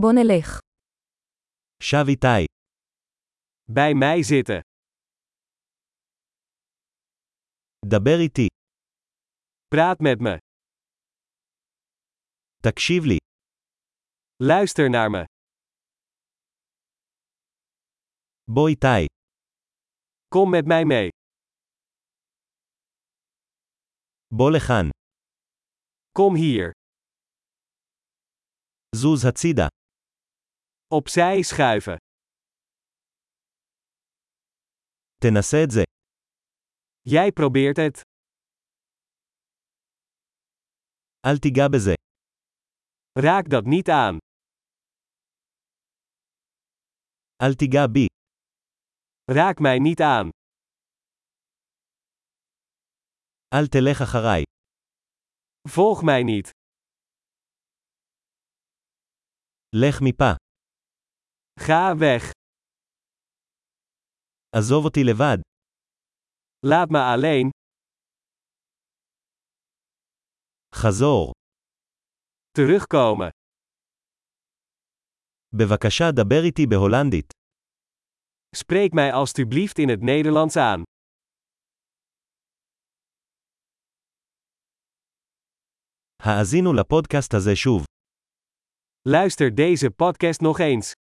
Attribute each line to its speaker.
Speaker 1: בוא נלך.
Speaker 2: שב איתי.
Speaker 3: Bij mij zitten.
Speaker 2: דבר איתי.
Speaker 3: Praat met me.
Speaker 2: תקשיב לי.
Speaker 3: Luister naar me.
Speaker 2: בוא איתי.
Speaker 3: Kom met mij mee.
Speaker 2: בוא לכאן.
Speaker 3: Kom hier.
Speaker 2: זוז הצידה.
Speaker 3: Opzij schuiven.
Speaker 2: תנסה את זה.
Speaker 3: Jij probeert het.
Speaker 2: אל תיגע בזה.
Speaker 3: Raak dat niet aan.
Speaker 2: אל תיגע בי.
Speaker 3: Raak mij niet aan.
Speaker 2: אל תלך אחריי.
Speaker 3: Volg mij niet.
Speaker 2: לך מפה.
Speaker 3: Ga weg.
Speaker 2: עזוב אותי לבד.
Speaker 3: Laat me alleen.
Speaker 2: חזור.
Speaker 3: Terugkomen.
Speaker 2: בבקשה דבר איתי בהולנדית.
Speaker 3: Spreek mij alstublieft in het Nederlands aan.
Speaker 2: האזינו לפודקאסט הזה שוב.
Speaker 3: Luister deze podcast nog eens.